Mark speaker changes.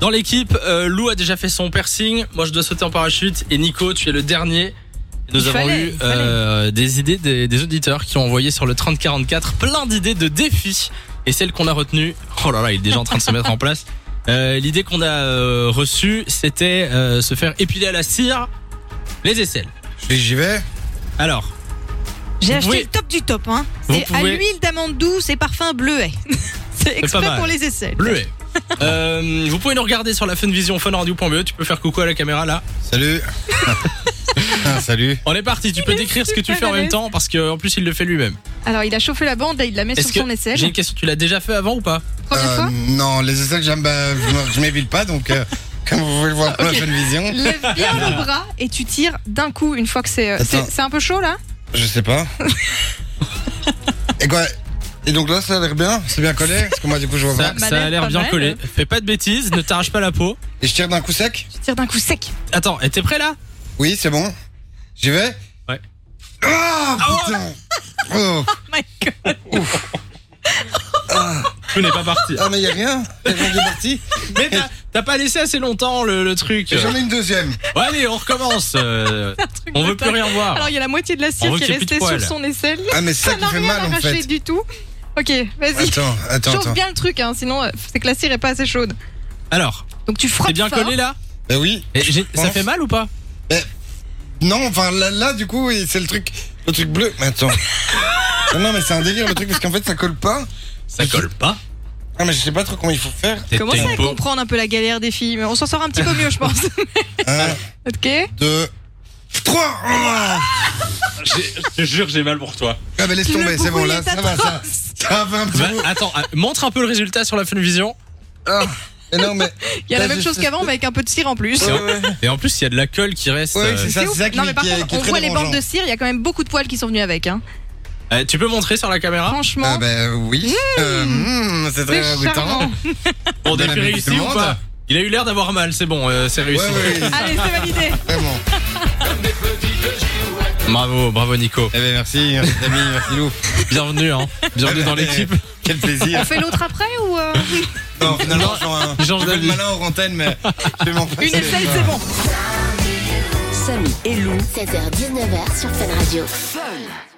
Speaker 1: Dans l'équipe, euh, Lou a déjà fait son piercing. Moi, je dois sauter en parachute. Et Nico, tu es le dernier. Et Nous
Speaker 2: Il
Speaker 1: avons
Speaker 2: fallait,
Speaker 1: eu
Speaker 2: il
Speaker 1: euh, des idées des, des auditeurs qui ont envoyé sur le 3044 plein d'idées de défis. Et celle qu'on a retenue, oh là là, il est déjà en train de se mettre en place. Euh, L'idée qu'on a euh, reçue, c'était euh, se faire épiler à la cire les aisselles.
Speaker 3: Et J'y vais.
Speaker 1: Alors,
Speaker 2: J'ai
Speaker 1: Vous
Speaker 2: acheté
Speaker 1: pouvez-
Speaker 2: le top du top. Hein.
Speaker 1: Vous
Speaker 2: C'est à
Speaker 1: pouvez-
Speaker 2: l'huile d'amande douce et parfum bleuet. C'est
Speaker 1: pas
Speaker 2: exprès
Speaker 1: mal.
Speaker 2: pour les essais.
Speaker 1: bleuet. Euh, vous pouvez nous regarder sur la funvision funradio.be. E. Tu peux faire coucou à la caméra là.
Speaker 3: Salut. Ah, Salut.
Speaker 1: On est parti. Tu peux
Speaker 2: est
Speaker 1: décrire ce que tu
Speaker 2: super
Speaker 1: fais en
Speaker 2: à
Speaker 1: même
Speaker 2: l'aise.
Speaker 1: temps parce que en plus il le fait lui-même.
Speaker 2: Alors, il a chauffé la bande, là, il la met
Speaker 1: Est-ce
Speaker 2: sur
Speaker 1: que-
Speaker 2: son aisselle.
Speaker 1: J'ai une question. Tu l'as déjà fait avant ou pas
Speaker 2: Première
Speaker 3: Euh,
Speaker 2: fois
Speaker 3: non, les essais, j'aime, bah, je me- je m'évile pas, donc euh, comme vous pouvez le
Speaker 2: Ah,
Speaker 3: voir pour la bonne vision,
Speaker 2: Lève bien le bras et tu tires d'un coup une fois que c'est. euh, C'est
Speaker 3: Attends.
Speaker 2: c'est un peu chaud là
Speaker 3: je sais pas. Et quoi Et donc là, ça a l'air bien C'est bien collé Parce que moi, du coup, je vois
Speaker 1: Ça,
Speaker 3: pas.
Speaker 2: Pas
Speaker 1: ça a
Speaker 2: mal,
Speaker 1: l'air
Speaker 2: pas
Speaker 1: bien
Speaker 2: mal. hein.
Speaker 1: collé. Fais pas de bêtises, ne t'arrache pas la peau.
Speaker 3: Et je tire d'un coup sec
Speaker 2: Tu tires d'un coup sec.
Speaker 1: Attends, et t'es prêt là
Speaker 3: Oui, c'est bon. J'y vais
Speaker 1: Ouais.
Speaker 3: Ah, putain
Speaker 2: Oh
Speaker 3: Oh.
Speaker 2: my God.
Speaker 1: Tu n'es pas parti.
Speaker 3: Ah, mais y a rien Y a rien qui est parti
Speaker 1: Mais t'as- t'as pas laissé assez longtemps le, le truc.
Speaker 3: Et J'en ai une deuxième.
Speaker 1: Bon, allez, on recommence. euh,
Speaker 2: Un truc
Speaker 1: on
Speaker 2: de
Speaker 1: veut plus
Speaker 2: dingue.
Speaker 1: rien voir.
Speaker 2: Alors il y a la moitié de la
Speaker 1: On
Speaker 2: cire
Speaker 1: veut
Speaker 2: qui est
Speaker 1: qu'il y ait plus de
Speaker 2: restée sur
Speaker 1: poils.
Speaker 2: son aisselle.
Speaker 3: Ah, mais c'est ça
Speaker 2: Ça
Speaker 3: qui
Speaker 2: n'a
Speaker 3: fait
Speaker 2: rien
Speaker 3: mal en
Speaker 2: arraché
Speaker 3: fait.
Speaker 2: du tout. Ok, vas-y.
Speaker 3: Attends, attends,
Speaker 2: Chauffe
Speaker 3: attends.
Speaker 2: bien le truc, hein, sinon euh, c'est que la cire est pas assez chaude.
Speaker 1: Alors,
Speaker 2: Donc tu frappes
Speaker 1: t'es bien
Speaker 2: fort.
Speaker 1: collé là
Speaker 3: Bah oui.
Speaker 1: Et j'ai- Ça
Speaker 3: pense.
Speaker 1: fait mal ou pas
Speaker 3: Non, enfin là, là, du coup, oui, c'est le truc, le truc bleu. Mais attends. non, non, mais c'est un délire le truc parce qu'en fait ça colle pas.
Speaker 1: Ça
Speaker 3: colle
Speaker 1: pas.
Speaker 3: Ah mais je sais pas trop comment il faut faire.
Speaker 2: Commence à comprendre un peu la galère des filles, mais on s'en sort un petit peu mieux, je pense.
Speaker 3: Un,
Speaker 2: ok.
Speaker 3: deux, trois. Ah
Speaker 1: Je te jure, j'ai mal pour toi.
Speaker 3: ah, bah laisse
Speaker 2: Le
Speaker 3: tomber, c'est bon
Speaker 2: bruit
Speaker 3: là,
Speaker 2: est
Speaker 3: ça va, ça, ça va un petit peu.
Speaker 1: attends, ah, montre un peu le résultat sur la Funvision.
Speaker 3: Ah, mais non mais.
Speaker 2: Il y a la
Speaker 3: Là,
Speaker 2: même
Speaker 3: Bah, je-
Speaker 2: chose qu'avant, Mmh. mais avec un peu de cire en plus.
Speaker 3: Ouais, ouais.
Speaker 1: Et en plus, il y a de la colle qui reste.
Speaker 3: Ouais,
Speaker 1: euh,
Speaker 3: c'est
Speaker 2: C'est
Speaker 3: ça, c'est
Speaker 2: ouf.
Speaker 3: ça qui.
Speaker 2: non mais par
Speaker 3: qui est-
Speaker 2: contre,
Speaker 3: qui est
Speaker 2: on
Speaker 3: très
Speaker 2: voit les
Speaker 3: dérangeant.
Speaker 2: bandes de cire, il y a quand même beaucoup de poils qui sont venus avec. Hein.
Speaker 1: euh, tu peux montrer sur la caméra
Speaker 2: Franchement,
Speaker 3: Ah bah oui. Euh, mm, c'est très
Speaker 2: Mmh. c'est
Speaker 3: embêtant.
Speaker 2: charmant.
Speaker 1: Bon,
Speaker 3: Dans
Speaker 1: défi
Speaker 3: la
Speaker 1: réussi
Speaker 3: Big
Speaker 1: ou
Speaker 3: Monde.
Speaker 1: pas Il a eu l'air d'avoir mal, c'est bon, euh, c'est
Speaker 3: Ouais,
Speaker 1: réussi.
Speaker 3: ouais,
Speaker 2: Allez, c'est validé.
Speaker 3: vraiment.
Speaker 1: Bravo, bravo Nico.
Speaker 3: Eh ben merci, merci Dami, merci Lou.
Speaker 1: Bienvenue, hein. Bienvenue dans
Speaker 3: Eh ben,
Speaker 1: l'équipe.
Speaker 3: Quel plaisir.
Speaker 2: On fait l'autre après ou euh,
Speaker 3: Non, finalement, je un-
Speaker 1: Il change
Speaker 3: je fais
Speaker 1: d'avis.
Speaker 3: le malin hors antenne, mais je vais m'en passer.
Speaker 2: une aisselle, c'est bon.
Speaker 4: Samy et Lou
Speaker 5: 16h-19h sur Fun Radio.
Speaker 4: Fun.